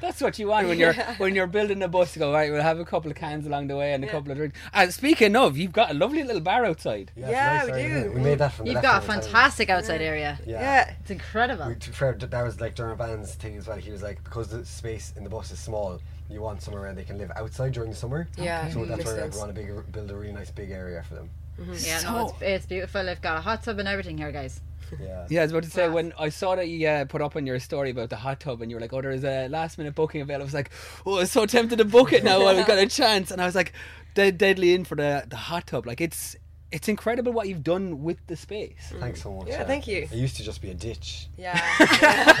B: That's what you want when you're when you're building a bus. You go right. We'll have a couple of cans along the way and a couple of drinks. Uh, speaking of, you've got a lovely little bar outside.
D: it's
C: Yeah,
D: nice,
C: we
D: right,
C: do.
D: isn't it? We made that from the
A: You've got a
D: leftovers, haven't we?
A: fantastic outside area.
D: yeah.
C: Yeah.
A: It's incredible.
D: We, to be fair, th- that was like Dermot Bannon's thing as well. He was like, because the space in the bus is small, you want somewhere where they can live outside during the summer.
C: Yeah,
D: So
C: Mm.
D: that's
C: makes
D: where like,
C: sense.
D: we want to big, build a really nice big area for them.
A: Yeah, no, it's, it's beautiful. They've got a hot tub and everything here, guys.
D: Yeah.
B: Yeah, I was about to say when I saw that you uh, put up on your story about the hot tub, and you were like, "Oh, there is a last minute booking available." I was like, "Oh, I'm so tempted to book it now while we've got a chance." And I was like, dead, deadly in for the the hot tub. Like it's it's incredible what you've done with the space.
D: Thanks so much. uh,
C: Yeah, thank you.
D: It used to just be a ditch.
C: Yeah.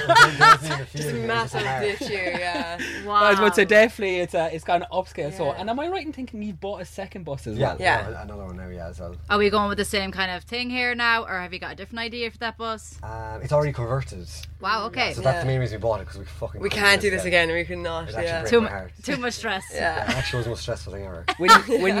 D: just a
C: Massive
D: bar.
C: this year, yeah.
A: Wow.
B: I was about to say definitely it's a, it's got an upscale. So,
C: Yeah.
B: and am I right in thinking you bought a second bus as
D: Yeah,
B: well?
C: Yeah.
D: yeah. Another one now, yeah, as well.
A: Are we going with the same kind of thing here now, or have you got a different idea for that bus?
D: Um, it's already converted. So
A: Wow. Okay.
D: that's the main reason we bought it because we fucking.
C: We
D: couldn't
C: can't
D: do
C: do this
D: it.
C: again. We cannot.
D: It actually
C: Yeah.
D: breaks
A: too,
D: my
A: mu-
D: heart.
A: too much stress.
D: Yeah,
C: Yeah.
D: actually was the most stressful thing ever.
B: When when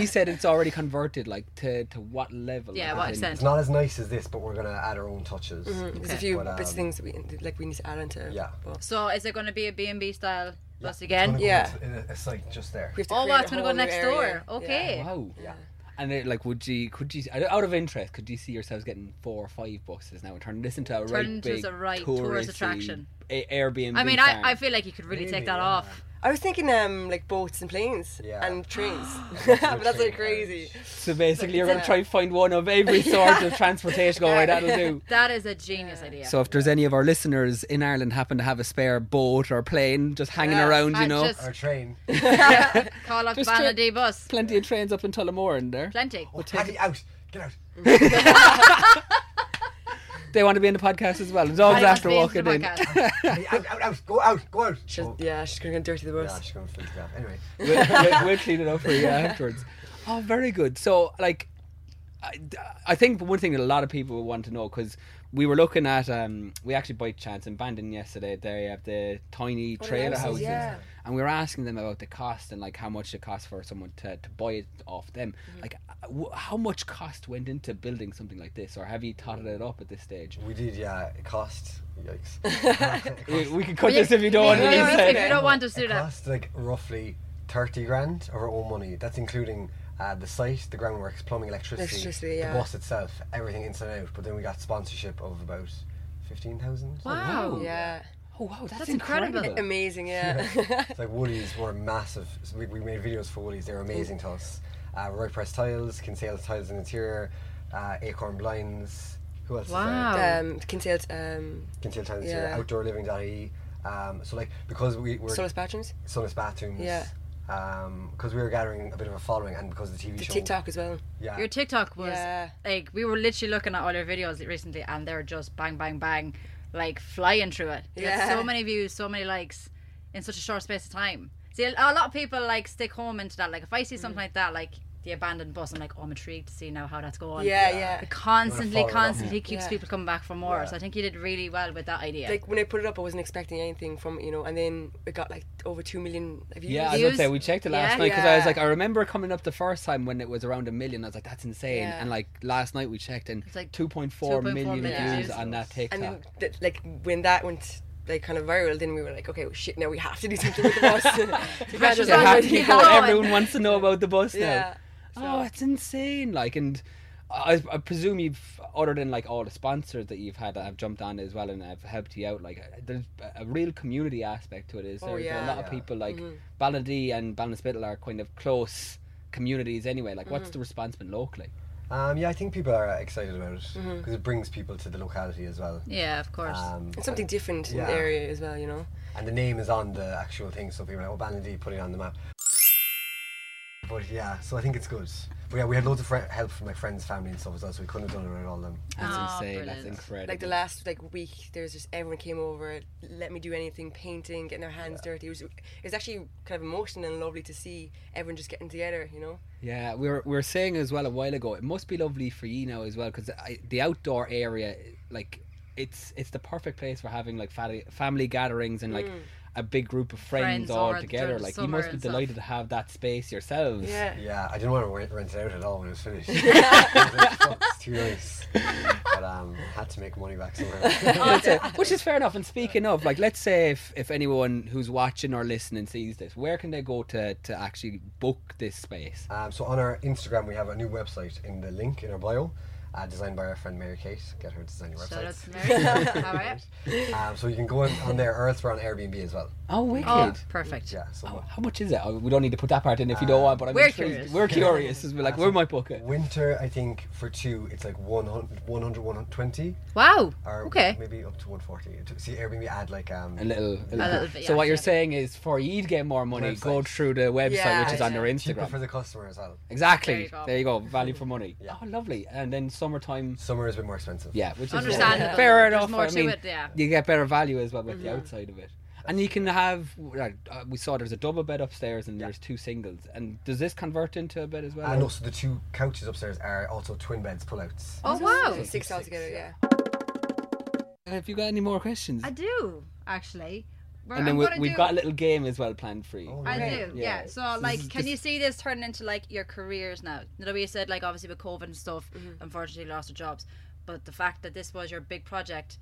B: you said it's already converted, like to to what level?
A: Yeah,
B: As
A: what
B: in-
A: extent?
D: It's not as nice as this, but we're gonna add our own touches.
C: There's a few
D: But,
C: bits
D: um,
C: of things that we like we need to add onto. it,
D: Yeah.
C: but
A: So is it going to be a B&B style bus
D: It's
A: again?
D: gonna go
C: Yeah.
D: into- in a- It's like just there.
C: we have to
A: Oh,
C: create
A: wow, it's
C: a
A: going to go
C: whole new
A: next
C: area.
A: door.
C: Yeah.
A: Okay.
B: Wow. Yeah. And it, like, would you, could you, out of interest, could you see yourselves getting four or five buses now and turning this into a
A: Turn
B: right
A: into
B: big
A: a right tourist
B: touristy
A: attraction.
B: A- Airbnb?
A: I mean,
B: farm?
A: I, I feel like you could really take
D: Maybe,
A: that
D: yeah.
A: off.
C: I was thinking um like boats and planes
D: Yeah.
C: and trains,
D: your
C: but that's
D: train
C: like crazy.
B: So basically, you're going to try and find one of every sort of transportation. Go, right, that'll do.
A: That is a genius idea.
B: So if there's any of our listeners in Ireland happen to have a spare boat or plane just hanging
C: Yeah,
B: around,
A: I
B: you know,
A: just-
D: Or a train.
A: Call up
B: Just
A: Vanity
B: check-
A: Bus.
B: plenty of trains up in Tullamore in there.
A: Plenty.
D: Oh, Paddy, out! Get out!
B: They want to be in the podcast as well. The dogs
A: I must
B: after
A: be into
B: walking
A: the
B: in.
A: podcast.
D: Paddy, out, out, out! Go out! Go out!
C: She's,
D: Oh,
C: Yeah, she's gonna get dirty the
D: yeah,
C: bus.
D: she's going to filter that. Anyway,
B: we'll, we'll, we'll clean it up for you afterwards. Oh, very good. So, like, I, I think one thing that a lot of people want to know because we were looking at um, we actually by chance in Bandon yesterday they have the tiny trailer
C: houses,
B: houses
C: yeah.
B: and we were asking them about the cost and like how much it costs for someone to, to buy it off them
A: Mm-hmm.
B: like w- how much cost went into building something like this or have you totted it up at this stage
D: we did, yeah, it cost. Yikes. It
B: we,
D: cost-
B: we can cut this if you don't want
A: No,
B: to
A: no, no,
B: say
A: if you don't want us to do
D: it
A: that.
D: cost like roughly 30 grand of our own money. That's including uh, the site, the groundworks, plumbing, electricity,
C: Electricity, yeah.
D: the bus itself, everything inside and out. But then we got sponsorship of about 15,000.
A: Wow.
B: wow.
C: Yeah,
B: oh wow that's,
A: That's incredible.
B: incredible,
C: amazing. Yeah,
D: It's like Woolies were massive. So we, we made videos for Woolies. They were amazing to us. Uh, Roy Press Tiles, Kinsale's Tiles and Interior, uh, Acorn Blinds. Who else is there?
A: Wow.
C: um, Kinsale's um,
D: Kinsale Tiles Interior,
C: Yeah.
D: OutdoorLiving.ie. Um, so like because we were
C: Solis bathrooms,
D: Sunnis bathrooms.
C: Yeah.
D: Because we were gathering a bit of a following, and because the TV
C: the
D: show.
C: TikTok as well.
D: Yeah.
A: Your TikTok was
C: Yeah.
A: like we were literally looking at all your videos recently, and they're just bang, bang, bang, like flying through it. You had
C: Yeah.
A: so many views, so many likes in such a short space of time. See, a lot of people like stick home into that. Like if I see
C: Mm.
A: something like that, like the abandoned bus, I'm like, oh, I'm intrigued to see now how that's going.
C: Yeah, yeah.
A: It constantly,
D: follow it up.
A: constantly keeps
C: Yeah.
A: people coming back for more.
D: Yeah.
A: So I think you did really well with that idea.
C: Like when I put it up, I wasn't expecting anything from it, you know, and then it got like over two million views.
B: Yeah, I was
A: Views?
B: gonna say we checked it
A: Yeah.
B: last night 'cause night because I was
C: Yeah.
B: like, I remember coming up the first time when it was around a million. I was like, that's insane.
C: Yeah.
B: And like last night we checked and
A: It's like
B: two point four
A: 2.4
B: million
A: million
B: views
A: views.
B: on that TikTok.
C: And then, th- like when that went like kind of viral, then we were like, okay, well, shit, now we have to do something with the bus. We can't
A: pressure's
C: just
B: It
A: on.
C: let
B: had
C: it
B: to
A: Yeah.
B: be
C: go.
B: going.
A: Yeah.
B: Everyone wants to know about the bus
C: Yeah.
B: now. Oh, it's insane! Like, and I, I presume you've, other than like all the sponsors that you've had that have jumped on as well and have helped you out. Like, there's a real community aspect to it. Is
C: Oh,
B: there?
C: yeah. Mm-hmm.
B: a lot of people like Balladee and Ballinspittle are kind of close communities anyway. Like,
C: Mm-hmm.
B: what's the response been locally?
D: Um, yeah, I think people are excited about it because
C: Mm-hmm.
D: it brings people to the locality as well.
A: yeah, of course.
D: Um,
C: It's something different in
D: Yeah.
C: the area as well, you know.
D: and the name is on the actual thing, so people are like, oh, Bandy put it on the map. But yeah, so I think it's good. But yeah, we had loads of fri help from my friends, family, and stuff as well, so we couldn't have done it without all them.
B: That's
A: Oh,
B: insane. That's
A: brilliant.
B: incredible.
C: Ah, Like the last like week, there's just everyone came over, let me do anything, painting, getting their hands dirty. It was, it was actually kind of emotional and lovely to see everyone just getting together, you know.
B: Yeah, we were we were saying as well a while ago. It must be lovely for you now as well because the outdoor area, like it's it's the perfect place for having like family family gatherings and like a big group of friends,
A: Mm. Friends
B: all
A: or during
B: together.
A: the
B: Like you
A: summer
B: must be
A: and stuff.
B: delighted to have that space yourselves.
C: Yeah.
D: Yeah, I didn't want to rent, rent it out at all when it was finished. I was like, "Fuck, it's too nice. But um, had to make money back somehow.
B: That's it. Which is fair enough. And speaking of, like, let's say if, if anyone who's watching or listening sees this, where can they go to, to actually book this space?
D: Um, so on our Instagram, we have a new website in the link in our bio, uh, designed by our friend Mary Kate. Get her to design your
A: Shout out
D: website.
A: to Mary. All right.
D: Um, so you can go on, on there, or else we're on Airbnb as well.
B: Oh, wicked.
A: Oh, perfect.
D: Yeah. So
B: Oh, How much is it? Oh, We don't need to put that part in if you don't want, but I'm
A: We're
B: intrigued.
A: curious.
B: We're curious. We're like, where might book it?
D: winter, I think for two, it's like 100, 100 120,
A: Wow.
D: or
A: Okay.
D: maybe up to one forty. See, Airbnb add like um.
B: A little, a little.
A: little bit,
B: so
A: yeah,
B: what you're
A: yeah.
B: saying is, for you to get more money, go
D: Website.
B: through the website,
C: Yeah,
B: which is on their
D: Cheaper
B: Instagram.
D: for the customer as well.
B: exactly.
A: There
B: There
A: you
B: you,
A: go.
B: go. Value for money. Oh, lovely. And then summertime.
D: Summer has been more expensive.
B: Yeah, which is
A: Understandable.
B: fair
A: There's
B: enough.
A: more
B: I
A: to
B: mean,
A: it, yeah. Mm-hmm.
B: you get better value as well with the outside of it. And you can have. Uh, we saw there's a double bed upstairs, and there's two singles. And does this convert into a bed as well?
D: And also the two couches upstairs are also twin beds pullouts.
A: Oh, wow.
C: Six altogether, yeah.
B: Have you got any more questions?
A: I do actually. We're,
B: and then
A: I'm
B: we,
A: gonna
B: we've
A: do,
B: got a little game as well planned for you.
A: I
D: Okay.
A: do, yeah.
B: Yeah.
A: So,
B: So this
A: like,
B: is
A: can you
B: just-
A: see this turning into like your careers now? You know, we said like obviously with COVID and stuff,
B: Mm-hmm.
A: unfortunately lost our jobs, but the fact that this was your big project,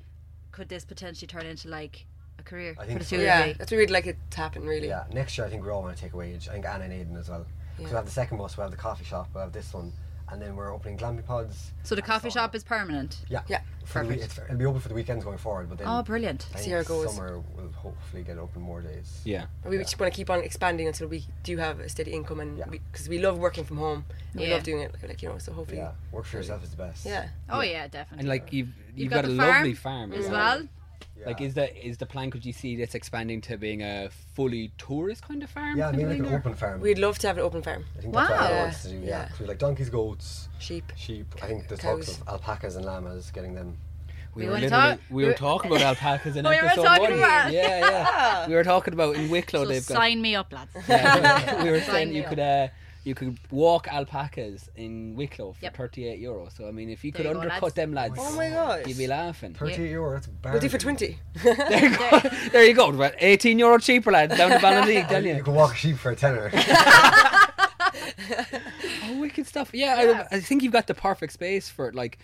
A: could this potentially turn into like a career?
D: I think
A: Put it
D: so.
A: to you,
C: Yeah,
A: Lee.
C: that's what we'd like it to happen, really.
D: Yeah, next year I think we all want to take a wage. I think Anna and Aidan as well. Because we have the second bus, we have the coffee shop, we have this one, and then we're opening glampy pods.
E: So the
D: and
E: coffee
D: sauna.
E: shop is permanent.
D: Yeah,
C: Yeah.
D: For the week,
E: Perfect.
D: it's- it'll be open for the weekends going forward, but then
E: Oh, brilliant.
D: I
C: See how it
D: think
C: goes.
D: Summer will hopefully get open more days.
B: Yeah.
C: But we just want to keep on expanding until we do have a steady income, and
D: Yeah.
C: because we, love working from home, and we
E: Yeah.
C: love doing it, like you know. So hopefully,
D: Yeah, work for yourself is the best.
C: yeah.
E: Oh yeah, definitely.
B: And like you've you've,
E: got
B: got,
E: the
B: a
E: farm
B: lovely farm
E: as
B: yeah.
E: well.
B: Like is the is the plan could you see this expanding to being a fully tourist kind of farm?
D: Yeah,
B: kind
D: maybe
B: of
D: like an
B: thing, or-
D: open farm.
C: We'd love to have an open farm.
D: I think that's what
E: Wow.
D: I wants to do. Yeah,
C: Yeah.
D: So like donkeys, goats,
C: Sheep.
D: sheep. I think there's
C: Cows.
D: talks of alpacas and llamas, getting them.
B: We,
E: We
B: were
E: were
B: literally
E: talk-
B: we
E: we
B: were
E: were-
B: talking about alpacas in
E: We were
B: episode
E: talking
B: one.
E: about-
B: Yeah, yeah. We were talking about in Wicklow
E: so
B: they've got
E: sign me up, lads.
B: Yeah, we were
E: Sign
B: saying
E: me
B: you
E: up.
B: could uh, you could walk alpacas in Wicklow for
E: Yep.
B: 38 euro. So I mean, if you could
E: There you go,
B: undercut
E: lads.
B: them lads,
C: Oh my gosh.
B: you'd be laughing.
D: Thirty-eight euro. That's bad.
C: We'll do for twenty.
B: There you go. There you go. About 18 euro cheaper, lads, down to Ballindeek, don't
D: You
B: you?
D: can walk a sheep for a tenner.
B: Oh, wicked stuff. Yeah, I, I think you've got the perfect space for it. Like,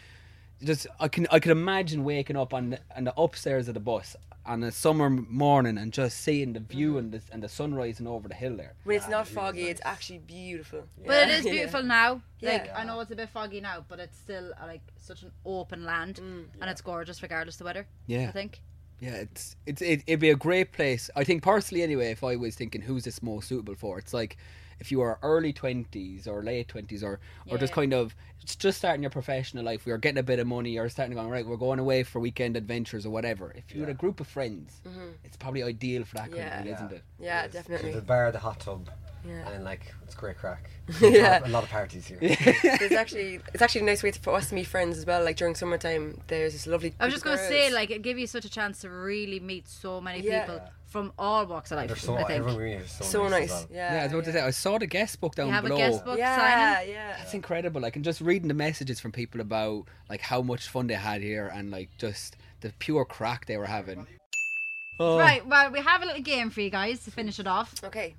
B: just I can I could imagine waking up on the, on the upstairs of the bus on a summer morning and just seeing the view and the and the sun rising over the hill there.
C: when it's not foggy, it's actually beautiful.
E: But it is
C: Yeah.
E: beautiful now. Like
C: Yeah.
E: I know it's a bit foggy now, but it's still uh, like such an open land,
B: Mm.
E: and it's gorgeous regardless of the weather.
B: Yeah.
E: I think.
B: Yeah, it's it's it, it'd be a great place. I think personally, anyway, if I was thinking who's this most suitable for, it's like if you are early twenties or late twenties or or just
E: Yeah.
B: kind of it's just starting your professional life, we are getting a bit of money, or starting to go right, we're going away for weekend adventures or whatever. If you're a group of friends,
E: Mm-hmm.
B: it's probably ideal for that kind of
C: Yeah.
B: thing,
C: Yeah.
B: isn't it?
C: Yeah,
D: There's-
C: definitely.
D: The bar, the hot tub,
C: Yeah.
D: and like it's great crack.
C: Yeah.
D: a lot of parties here.
C: There's actually it's actually a nice way to, for us to meet friends as well. Like during summertime, there's this lovely.
E: I was just going to
C: girls.
E: say, like, it gave you such a chance to really meet so many
C: Yeah.
E: people from all walks of life.
D: They're so
E: I think.
D: everyone we meet is so,
C: so
D: nice.
C: nice.
D: as well.
C: Yeah,
B: Yeah, I was about to say I saw the guest book down
E: You have a
B: below.
E: guest book
C: Yeah,
E: signing.
C: yeah.
B: That's incredible. Like, and just reading the messages from people about like how much fun they had here and like just the pure crack they were having. Oh.
E: Right, well, we have a little game for you guys to finish it off.
C: Okay.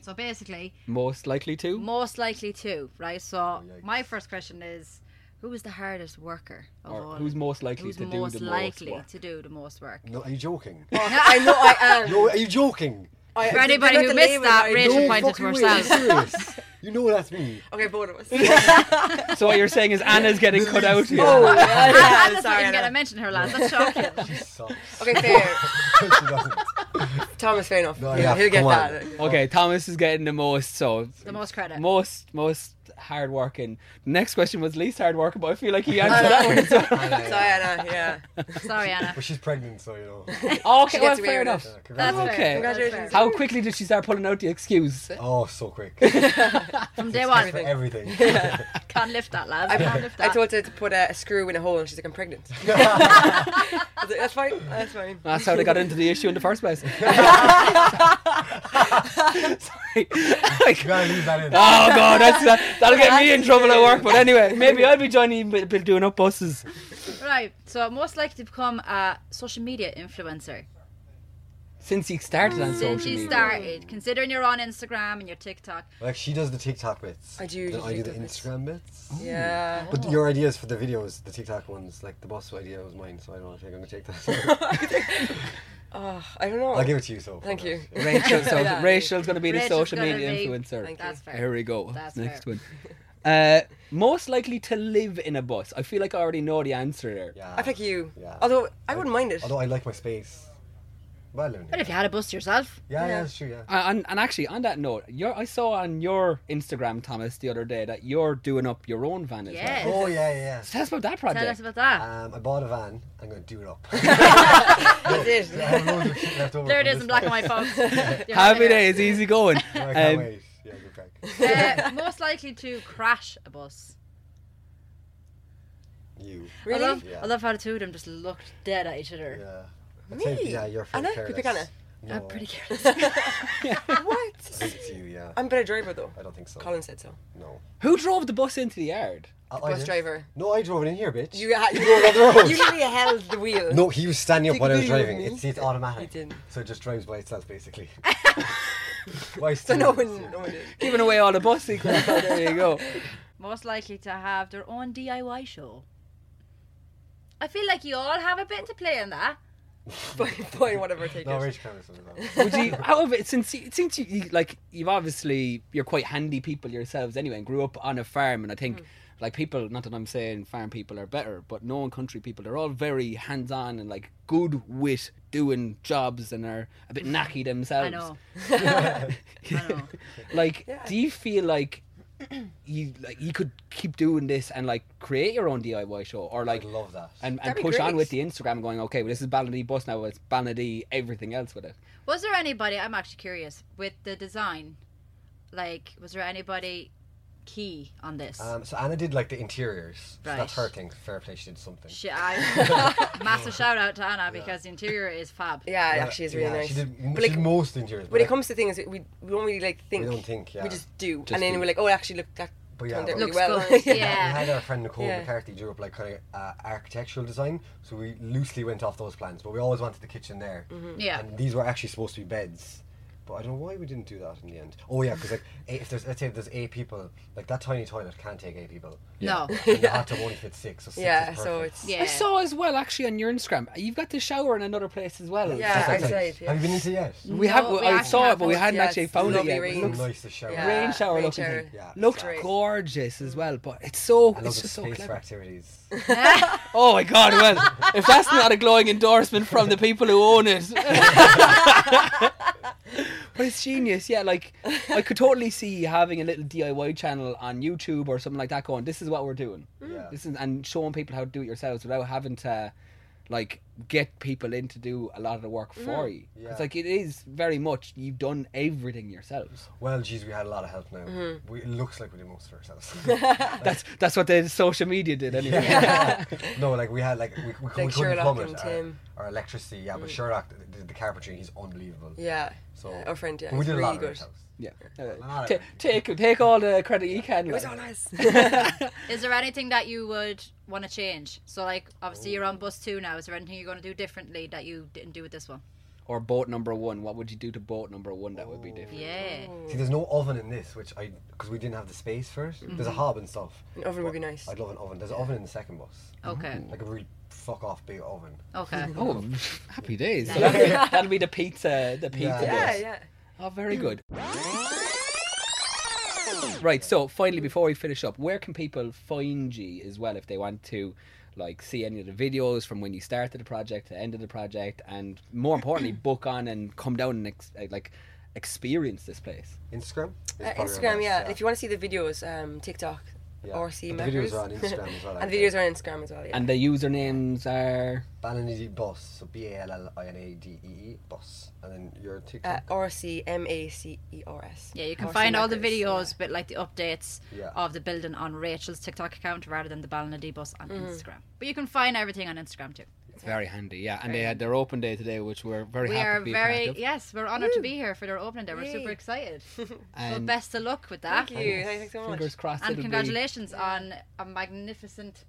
E: So basically,
B: Most likely to.
E: most likely to, right? So
B: Oh,
E: my first question is, who was the hardest worker of
B: Or
E: all?
B: who's most likely
E: who's
B: to do
E: most
B: the most
E: likely
B: work?
E: to do the most work?
D: No, are you joking?
C: I know I am.
D: no, are you joking?
C: I,
E: For anybody who missed that,
D: No
E: Rachel pointed to
D: fucking way. Are you
E: herself.
D: serious? You know that's me.
C: Okay, both of us. oh,
B: So what you're saying is Anna's getting cut out here.
C: yeah,
E: Anna's
C: yeah,
E: not
C: sorry.
E: even
C: Anna.
E: gonna mention her last. That's shocking.
D: She sucks.
C: Okay, fair.
D: she doesn't.
C: Thomas, fair enough.
D: No,
C: yeah,
D: yeah,
C: he'll get
D: come on.
C: that.
B: Okay, Thomas is getting the most. So
E: the most credit.
B: most most hard working. Next question was least hard working, but I feel like he
D: Uh,
B: answered that one. So.
C: Sorry, Anna. Yeah.
E: Sorry, Anna.
D: But she's pregnant, so you know.
B: Okay,
C: gets
B: well, fair
C: away with it.
B: enough.
D: Yeah,
E: That's fair.
D: congrats.
B: Okay.
E: That's fair.
C: Congratulations.
B: How quickly did she start pulling out the excuse?
D: Oh, so quick.
E: From day one,
D: For everything.
E: can't lift that, lad. can't lift
C: I
E: that.
C: told her to put a, a screw in a hole, and she's like, "I'm pregnant." I was like, that's fine. That's fine.
D: Uh,
B: That's how they got into the issue in the first place. Sorry.
D: You gotta leave that in.
B: Oh god, that's that, that'll get me in trouble at work. But anyway, maybe I'll be joining but but doing up buses.
E: Right, so most likely to become a social media influencer.
B: Since he started on
E: Since
B: social
E: you
B: media.
E: started, considering you're on Instagram and your TikTok,
D: Like she does the TikTok bits.
C: I do
D: Then
C: the
D: I do
C: TikTok bits.
D: the
C: Mm-hmm.
D: Instagram bits.
C: Yeah.
D: But your ideas for the videos, the TikTok ones, like the boss idea was mine, so I don't think I'm gonna take that.
C: Oh, I don't know.
D: I'll give it to you, so.
C: Thank you.
B: Rachel, so
C: Yeah.
B: Rachel's going to be the
E: Rachel's
B: social
E: gonna
B: media
E: be-
B: influencer.
C: Thank
E: that's fair.
B: Here we go.
E: That's
B: Next
E: fair.
B: one. Uh, most likely to live in a bus. I feel like I already know the answer there.
D: Yeah.
C: I pick you.
D: Yeah.
C: Although I wouldn't mind it.
D: Although I like my space. But I live in
E: But
D: here.
E: if you had a bus to yourself,
D: Yeah, yeah, that's true. Yeah.
B: Uh, And, and actually, on that note, your, I saw on your Instagram, Thomas, the other day that you're doing up your own van as
E: Yes.
B: well.
D: Oh yeah, yeah.
B: Tell us about that project.
E: tell us about
B: Uh,
E: that.
D: yeah. Um, I bought a van. I'm gonna do it up.
C: That's
D: I
C: it.
D: have loads of shit left over
E: there it
D: from
E: is
D: this
E: in black and
D: one.
E: white, folks. You heard
B: Happy
E: it here.
B: days, easy going.
D: I can't
B: Um,
D: wait. Yeah, good crack.
E: Uh, most likely to crash a bus.
D: You.
C: Really?
E: I love,
D: Yeah.
E: I love how the two of them just looked dead at each other.
D: Yeah. I think,
C: Me?
D: yeah, you're pretty
C: Anna? Could you
D: careless.
C: pick Anna?
D: No,
E: I'm pretty careless.
D: I
C: what?
D: think it's you. Yeah.
C: I'm a better driver though.
D: I don't think so.
C: Colin said so.
D: No.
B: Who drove the bus into the yard?
D: I- I
C: Bus
D: did.
C: driver.
D: No, I drove it in here, bitch.
C: You you,
D: road.
C: you literally held the wheel.
D: No, he was standing up
C: Did
D: while I
C: you
D: was driving.
C: really?
D: It's, it's automatic.
C: He didn't.
D: So it just drives by itself, basically. Why
C: So no one, no one did.
B: Giving away all the bus secrets. Oh, there you go.
E: Most likely to have their own DIY show. I feel like you all have a bit to play in that.
C: Fine, fine, whatever, take
D: No,
C: it.
D: Rage Cameron was on.
B: Would you, however, since you- since you- you like, you've obviously you're quite handy people yourselves anyway, and grew up on a farm, and I think like people, not that I'm saying farm people are better, but known country people, they're all very hands on and like good with doing jobs and are a bit knacky themselves.
E: I know.
B: like, do you feel like? You like you could keep doing this and like create your own DIY show or like
D: I'd love that.
B: and, and
C: That'd be
B: push on
C: great.
B: with the Instagram going okay well this is Balladee Bus now it's Balladee everything else with it
E: Was there anybody? I'm actually curious with the design. Like, was there anybody key on this?
D: Um, so Anna did like the interiors. So that's
E: Right.
D: her thing. Fair play, she did something.
E: She, I, massive shout out to Anna because the interior is fab.
C: Yeah, it actually is really
D: yeah,
C: nice.
D: She did, m-
C: But,
D: she
C: like,
D: did most interiors.
C: when
D: but
C: it comes to things, we, we don't really like think.
D: We don't think, yeah.
C: We just do,
B: Just
C: and then
B: do.
C: we're like, oh, actually, look, that
D: But yeah,
C: turned out
D: but-
C: really
E: Looks
C: well.
E: good,
D: we
E: yeah.
D: had our friend Nicole
C: Uh, Yeah.
D: McCarthy drew up like kind of uh, architectural design, so we loosely went off those plans. But we always wanted the kitchen there,
C: Mm-hmm.
E: Yeah.
D: and these were actually supposed to be beds. But I don't know why we didn't do that in the end. Oh yeah, because like eh, if there's let's say if there's eight people, like that tiny toilet can't take eight people.
E: No.
D: And the hot tub only fits six, so six
C: Yeah,
D: is
C: so
D: perfect.
C: it's
E: Yeah.
B: I saw as well actually on your Instagram. You've got the shower in another place as well.
C: Yeah, outside,
D: That's outside.
C: yeah.
D: Have you been into it yet?
B: we have.
E: No, we
B: I
E: actually
B: saw it,
E: have
B: but we
E: both,
B: hadn't
C: yeah,
B: actually
C: it's
B: found it
C: lovely
B: yet. It
C: rain.
B: looks-
D: Nice to shower.
C: Yeah.
B: rain shower
C: rain
B: looking
C: shower.
B: thing.
D: Yeah,
B: looked
C: great.
B: gorgeous as well, but it's so
D: I love
B: it's
D: the
B: just so
D: space for
B: clever.
D: activities.
B: Oh my god! Well, if that's not a glowing endorsement from the people who own it, but it's genius. Yeah, like I could totally see having a little DIY channel on YouTube or something like that. Going, this is what we're doing.
D: Yeah.
B: This is and showing people how to do it yourselves without having to like get people in to do a lot of the work for you.
D: Yeah.
B: It's like it is very much you've done everything yourselves.
D: Well, geez, we had a lot of help now.
C: Mm-hmm.
D: We, it looks like we did most of it ourselves.
B: That's that's what the social media did anyway.
D: no, like we had like we, we, cou- we
C: Like
D: couldn't
C: Sherlock
D: plumb
C: and
D: it. Our,
C: Tim. Mm.
D: our electricity, yeah, but Sherlock the, the carpentry, he's unbelievable.
C: yeah.
D: So
C: Uh, our friend, yeah,
D: but we
C: he's
D: did a
C: really
D: lot of it
C: good.
D: ourselves.
B: Yeah.
D: not
B: Ta- take take all the credit you can.
C: It was
B: like.
C: all us.
E: Is there anything that you would want to change? So, like, obviously, you're on bus two now. Is there anything you're going to do differently that you didn't do with this one?
B: Or boat number one. What would you do to boat number one that would be different?
E: Yeah.
D: See, there's no oven in this, which I because we didn't have the space for it. There's a hob and stuff.
C: An Mm-hmm. oven would
D: but
C: be nice.
D: I'd love an oven. There's an oven in the second bus,
E: Okay.
D: like a real fuck off big oven.
E: Okay.
B: Oh, happy days! So that'll, be, that'll be the pizza. The pizza.
D: Yeah.
C: Yeah,
B: bit.
C: yeah. Uh,
B: Oh, very good. Right, so finally, before we finish up, where can people find you as well if they want to, like, see any of the videos from when you started the project to the end of the project, and more importantly, book on and come down and ex- uh, like experience this place.
D: Instagram. is
C: Uh,
D: probably our
C: Instagram,
D: best,
C: yeah. And if you want to see the videos, um, TikTok, RC
D: The
C: Matters.
D: videos are on Instagram as well.
C: and the videos are on Instagram as well. Yeah.
B: And the usernames are
D: Balinese bus, so B A L L I N A D E E bus, and then your
C: uh,
D: TikTok.
C: RC M A C E R S.
E: Yeah, you can
C: RC
E: find all the
C: Matters,
E: videos, but like the updates
D: Yeah.
E: of the building on Rachel's TikTok account rather than the Ballinadee bus on Instagram. But you can find everything on Instagram too.
B: it's very handy, yeah. And they had their open day today, which we're very
E: We
B: happy
E: are
B: to be a
E: very
B: part of.
E: yes, we're honoured to be here for their opening day. We're super excited. well,
B: And
E: best of luck with that,
C: Thank you. Thanks so much.
B: fingers crossed.
E: and
B: it'll be-
E: congratulations on a magnificent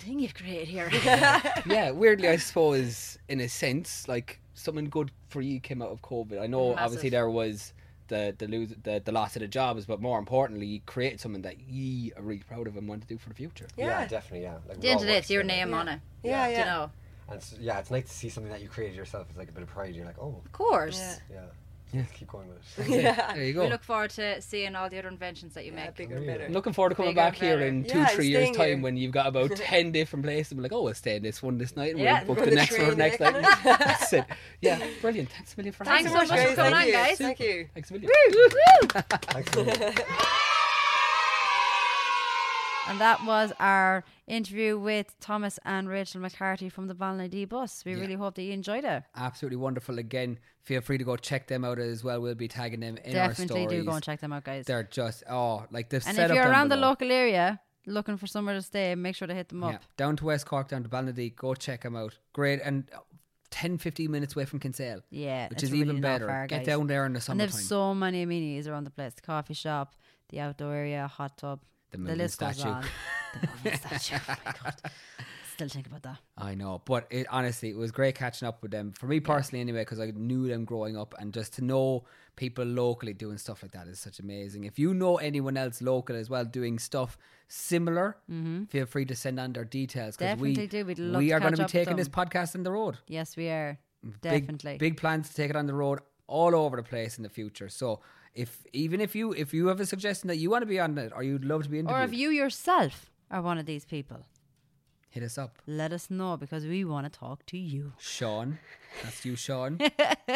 E: thing you've created here.
B: yeah, weirdly, I suppose, in a sense, like something good for you came out of COVID. I know, obviously,
E: Massive.
B: there was the the lose the, the loss of the jobs, but more importantly, you created something that you are really proud of and want to do for the future.
D: yeah.
C: Yeah.
D: definitely, yeah.
E: At
D: Like we
E: the end of
D: all
E: the day,
D: work
E: it's your
D: together.
E: name on it.
C: Yeah,
E: You know,
C: yeah.
E: of
D: And it's, yeah, it's nice to see something that you created yourself. It's like a bit of pride. You're like, oh,
E: course.
C: Yeah.
D: yeah. Let's keep going with it.
B: Yeah, there you go.
E: We look forward to seeing all the other inventions that you
C: Yeah,
E: make.
C: bigger and better.
B: I'm looking forward to coming
E: Bigger,
B: back here
E: better.
B: in two,
C: Yeah,
B: three
C: and
B: years'
C: staying
B: time
C: here.
B: when you've got about 10 different places. I'm like, oh, we'll stay in this one this night and
E: Yeah,
B: we'll book
C: on
B: the,
C: the
B: next
C: train
B: one
C: the
B: next night.
C: next
B: That's it. Yeah, brilliant. Thanks a million for
E: Thanks
B: having
E: so
B: us.
E: much for
C: Guys,
E: coming
C: thank
E: on,
C: you.
E: guys.
C: Thank you.
B: Thanks a million.
D: Thanks a million.
A: And that was our interview with Thomas and Rachel McCarthy from the Ballinadee Bus. We really hope that you enjoyed it.
B: Absolutely wonderful. Again, feel free to go check them out as well. We'll be tagging them in
A: Definitely
B: our stories.
A: do go and check them out, guys.
B: They're just oh, like they've
A: And
B: set
A: if
B: up
A: you're
B: down
A: around the
B: below.
A: local area looking for somewhere to stay, make sure to hit them up.
B: yeah, down to West Cork, down to Ballinadee, go check them out. Great, and 10, 15 minutes away from Kinsale.
A: Yeah,
B: which
A: it's
B: is
A: really
B: even
A: not
B: better.
A: far,
B: Get
A: guys.
B: down there in the
A: And
B: summertime.
A: there's so many amenities around the place: the coffee shop, the outdoor area, hot tub, the,
B: moving
A: list
B: statue.
A: goes on. the moving statue. Oh my god, it's still think about that.
B: I know, but it, honestly, it was great catching up with them. For me personally, anyway, because I knew them growing up, and just to know people locally doing stuff like that is such amazing. If you know anyone else local as well doing stuff similar, feel free to send on their details because we
A: Mm-hmm. Definitely do. We'd love
B: we
A: to
B: are going
A: catch
B: to be
A: up with
B: taking this
A: them.
B: podcast on the road.
A: Yes, we are.
B: Big-
A: Definitely.
B: big, plans to take it on the road all over the place in the future. So if even if you if you have a suggestion that you want to be on it or you'd love to be interviewed,
A: or if you yourself are one of these people,
B: hit us up.
A: let us know because we want to talk to you.
B: Sean, that's you, Sean,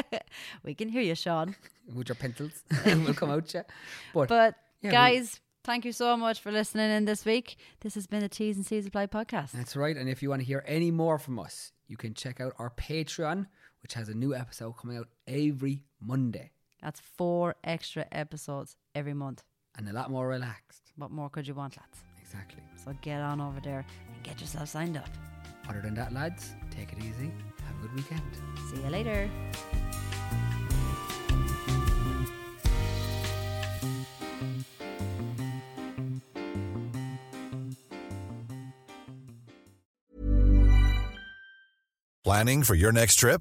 A: We can hear you, Sean.
B: with your pencils will come out you. But,
A: But
B: Yeah, we-
A: guys, thank you so much for listening in this week. This has been the T's and C's Apply podcast.
B: That's right. And if you want to hear any more from us, you can check out our Patreon, which has a new episode coming out every Monday
A: That's four extra episodes every month.
B: and a lot more relaxed.
A: What more could you want, lads?
B: Exactly.
A: So get on over there and get yourself signed up.
B: Other than that, lads, take it easy. Have a good weekend.
A: See you later.
F: Planning for your next trip?